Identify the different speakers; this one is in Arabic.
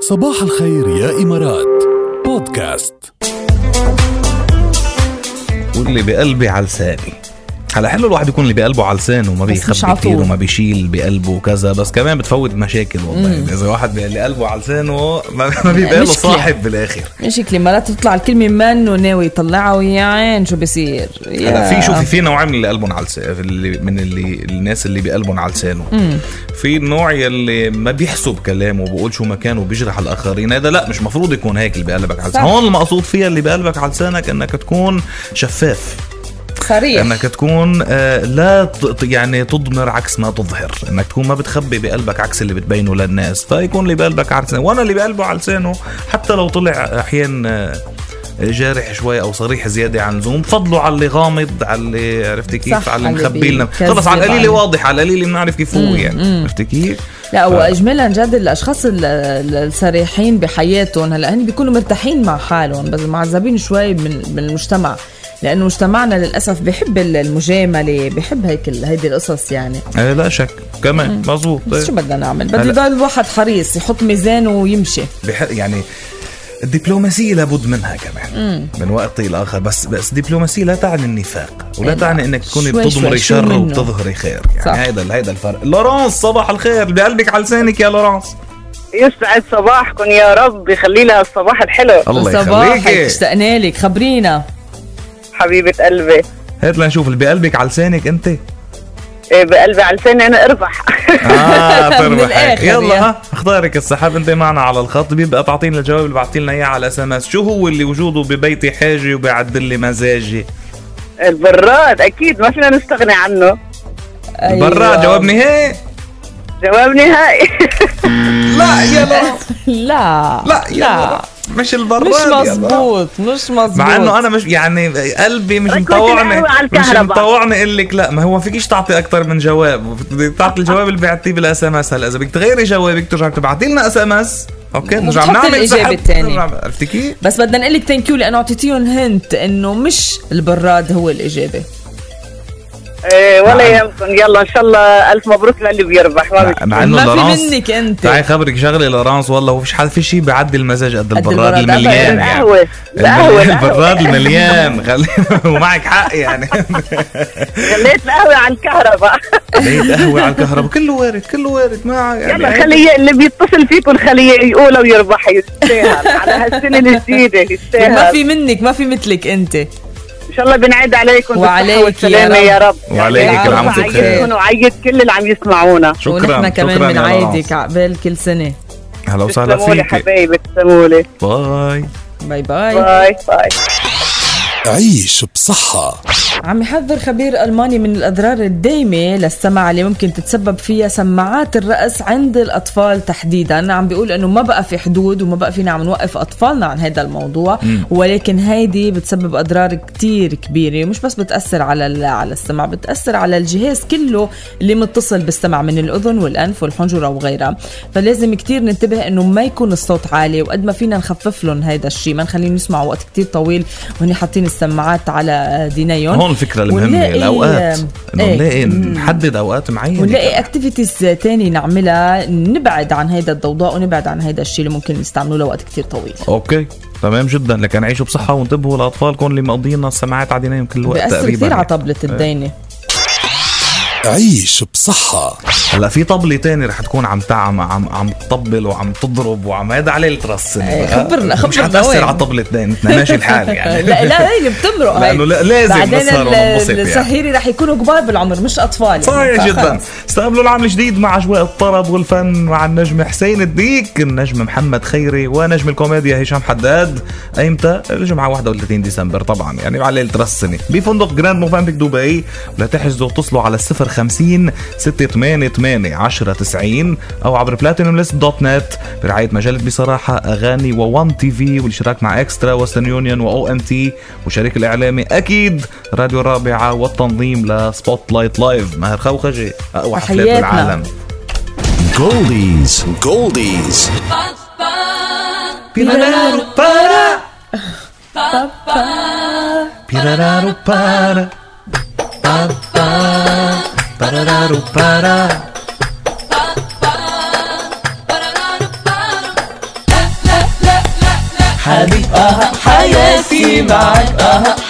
Speaker 1: صباح الخير يا إمارات بودكاست
Speaker 2: واللي بقلبي على لساني على حلو الواحد يكون اللي بقلبه على لسانه وما
Speaker 3: بس مش
Speaker 2: بيخبي
Speaker 3: على
Speaker 2: كتير
Speaker 3: طول.
Speaker 2: وما بيشيل بقلبه وكذا بس كمان بتفوت مشاكل والله يعني اذا واحد بقى اللي قلبه على لسانه ما ما بيبقى له
Speaker 3: مشكلة.
Speaker 2: صاحب بالاخر
Speaker 3: مشكلة مرات تطلع الكلمة منه ناوي يطلعها ويا عين شو بصير يا
Speaker 2: هلا في شوفي في نوعين من اللي قلبهم على لسانه اللي من اللي الناس اللي بقلبهم على لسانه في النوع يلي ما بيحسب كلامه وبقول شو مكانه وبيجرح الاخرين هذا لا مش مفروض يكون هيك اللي بقلبك على لسانك
Speaker 3: صح.
Speaker 2: هون المقصود فيها اللي بقلبك على لسانك انك تكون شفاف
Speaker 3: صريح
Speaker 2: انك تكون آه، لا ت- يعني تضمر عكس ما تظهر انك تكون ما بتخبي بقلبك عكس اللي بتبينه للناس فيكون اللي بقلبك على لسانه وانا اللي بقلبه على لسانه حتى لو طلع احيان آه، جارح شوي او صريح زياده عن اللزوم فضلوا على اللي غامض على اللي عرفتي كيف
Speaker 3: صح،
Speaker 2: على اللي
Speaker 3: على اللي
Speaker 2: مخبي لنا
Speaker 3: بيكذب
Speaker 2: خلص على القليله
Speaker 3: عن-
Speaker 2: واضح على القليله بنعرف كيف هو يعني عرفتي كيف
Speaker 3: لا
Speaker 2: أه.
Speaker 3: واجملا جد الاشخاص ال- ال- الصريحين بحياتهم هلا هن بيكونوا مرتاحين مع حالهم بس معذبين شوي من من المجتمع لانه مجتمعنا للاسف بحب ال- المجامله بحب هيك ال- هيدي القصص يعني
Speaker 2: آه، لا شك كمان مزبوط
Speaker 3: بس شو بدنا نعمل بده
Speaker 2: طيب. هلا.
Speaker 3: يضل الواحد حريص يحط ميزانه ويمشي
Speaker 2: بح... يعني الدبلوماسية لابد منها كمان من وقت إلى آخر بس بس دبلوماسية لا تعني النفاق ولا
Speaker 3: أيوة.
Speaker 2: تعني إنك تكوني
Speaker 3: شوي
Speaker 2: بتضمري
Speaker 3: شوي شو
Speaker 2: شر
Speaker 3: منه.
Speaker 2: وبتظهري خير
Speaker 3: صح.
Speaker 2: يعني هيدا هيدا الفرق لورانس صباح الخير بقلبك على لسانك يا لورانس
Speaker 4: يسعد صباحكم يا رب يخلي لها الصباح الحلو
Speaker 2: الله
Speaker 3: صباحك
Speaker 2: يخليك
Speaker 3: اشتقنا لك خبرينا
Speaker 4: حبيبة قلبي
Speaker 2: هات لنشوف اللي بقلبك على لسانك آه، أنت
Speaker 4: إيه بقلبي على لساني انا اربح
Speaker 2: آه
Speaker 3: من
Speaker 2: تربح هيك.
Speaker 3: الآخر
Speaker 2: يلا
Speaker 3: يعني.
Speaker 2: ها اختارك السحاب أنت معنا على الخط بيبقى تعطينا الجواب اللي بعتي لنا إياه على اس ام اس شو هو اللي وجوده ببيتي حاجة وبيعدل لي مزاجي
Speaker 4: البراد اكيد ما فينا نستغني عنه
Speaker 2: برا
Speaker 3: أيوة.
Speaker 2: جواب نهائي
Speaker 4: جواب نهائي
Speaker 2: لا يا لورانس
Speaker 3: لا
Speaker 2: لا يا مش البراد
Speaker 3: مش
Speaker 2: يا بابا.
Speaker 3: مزبوط مش مزبوط
Speaker 2: مع انه انا مش يعني قلبي مش
Speaker 4: كنت
Speaker 2: مطوعني
Speaker 4: القهوة على
Speaker 2: مش
Speaker 4: الكهرباء.
Speaker 2: مطوعني اقول لك لا ما هو ما فيكيش تعطي اكثر من جواب بدك تعطي الجواب اللي بعتيه بالاس ام اس هلا اذا بدك تغيري جوابك ترجع تبعتي لنا اس ام اس اوكي نرجع
Speaker 3: وبتحطي
Speaker 2: نعمل
Speaker 3: الإجابة
Speaker 2: سحب
Speaker 3: التانية.
Speaker 2: نرجع- عرفتي كيف؟
Speaker 3: بس بدنا نقول لك ثانك يو لانه اعطيتيهم هنت انه مش البراد هو الاجابه
Speaker 4: إيه ولا
Speaker 2: نعم.
Speaker 4: يهمكم يلا ان شاء الله الف مبروك للي بيربح ما
Speaker 2: مع-
Speaker 4: بيش-
Speaker 2: مع انه
Speaker 3: ما في
Speaker 2: لورانس
Speaker 3: منك انت
Speaker 2: تعي خبرك شغله لورانس والله وفيش حد في شيء بيعدي المزاج قد البراد
Speaker 3: البراد،
Speaker 2: المليان
Speaker 3: أبداً.
Speaker 2: يعني
Speaker 4: إيه، القهوة القهوة
Speaker 2: المليان-
Speaker 4: القهوة.
Speaker 2: البراد المليان خلي- ومعك حق يعني
Speaker 4: خليت القهوة على الكهرباء
Speaker 2: لقيت قهوه على الكهرباء كله وارد كله وارد ما يعني
Speaker 4: يلا خليه اللي بيتصل فيكم خليه يقولها ويربح يستاهل على هالسنة الجديدة
Speaker 3: ما
Speaker 4: يستاهل
Speaker 3: في منك ما في مثلك انت
Speaker 4: ان شاء الله بنعيد عليكم بالصحة
Speaker 3: وعليك يا
Speaker 4: والسلامة
Speaker 3: رب.
Speaker 4: يا رب
Speaker 2: وعليك
Speaker 4: يعني
Speaker 3: كل عام
Speaker 4: برافو
Speaker 3: وأنت بخير.
Speaker 4: عيدكم وعيد كل اللي عم يسمعونا
Speaker 3: ونحن كمان
Speaker 2: شكراً يا
Speaker 3: بنعايدك
Speaker 2: لورانس.
Speaker 3: عقبال كل سنه
Speaker 2: هلا وسهلا
Speaker 4: تسلمولي
Speaker 2: فيك
Speaker 4: حبايبي تسلمولي
Speaker 2: باي
Speaker 3: باي باي
Speaker 4: باي باي
Speaker 1: عيش بصحة
Speaker 3: عم يحذر خبير الماني من الاضرار الدايمه للسمع اللي ممكن تتسبب فيها سماعات الراس عند الاطفال تحديدا عم بيقول انه ما بقى في حدود وما بقى فينا عم نوقف اطفالنا عن هذا الموضوع ولكن هيدي بتسبب اضرار كتير كبيره مش بس بتاثر على ال- على السمع بتاثر على الجهاز كله اللي متصل بالسمع من الاذن والانف والحنجره وغيرها فلازم كتير ننتبه انه ما يكون الصوت عالي وقد ما فينا نخفف لهم هذا الشيء ما نخليهم يسمعوا وقت كتير طويل وهن حاطين السماعات على دينيهم
Speaker 2: هون الفكره المهمه
Speaker 3: ونلاقي-
Speaker 2: الاوقات انه
Speaker 3: إيه.
Speaker 2: نلاقي
Speaker 3: مم.
Speaker 2: نحدد اوقات معينه
Speaker 3: ونلاقي اكتيفيتيز تاني نعملها نبعد عن هيدا الضوضاء ونبعد عن هيدا الشيء اللي ممكن نستعمله لوقت كتير طويل
Speaker 2: اوكي تمام جدا لكن عيشوا بصحه وانتبهوا لاطفالكم اللي مقضينا السماعات عديناهم كل الوقت
Speaker 3: بيأثر
Speaker 2: تقريبا
Speaker 3: كثير على
Speaker 2: يعني.
Speaker 3: طبلة الدينة
Speaker 1: عيش بصحة
Speaker 2: هلا في طبله تاني رح تكون عم تعم عم عم تطبل وعم تضرب وعم هذا عليه الترسل
Speaker 3: إيه، خبرنا-
Speaker 2: مش
Speaker 3: خبرنا وين.
Speaker 2: حتاثر على طبله دينتنا ماشي الحال يعني
Speaker 3: لا لا هي بتمرق هي.
Speaker 2: لأنه لا- لازم
Speaker 3: بعدين
Speaker 2: نسهر
Speaker 3: ال-
Speaker 2: وننبسط يعني.
Speaker 3: السهيري رح يكونوا كبار بالعمر مش اطفال
Speaker 2: صحيح
Speaker 3: يعني.
Speaker 2: جدا
Speaker 3: فخلص.
Speaker 2: استقبلوا العام الجديد مع اجواء الطرب والفن مع النجم حسين الديك النجم محمد خيري ونجم الكوميديا هشام حداد ايمتى الجمعه 31 ديسمبر طبعا يعني على ليله راس السنه بفندق جراند موفامبيك دبي لا تحجزوا اتصلوا على 050 688 1090 او عبر بلاتينوم ليست دوت نت برعايه مجله بصراحه اغاني وون تي في والاشتراك مع اكسترا وسترن يونيون واو ام تي والشريك الاعلامي اكيد راديو الرابعه والتنظيم لسبوت لايت لايف ماهر خوخجي اقوى حفلات
Speaker 3: تحياتنا.
Speaker 2: بالعالم
Speaker 1: جولديز جولديز
Speaker 2: بيرارو بارا بيرارو بارا بارارو بارا
Speaker 5: حبيب أها حياتي معك أها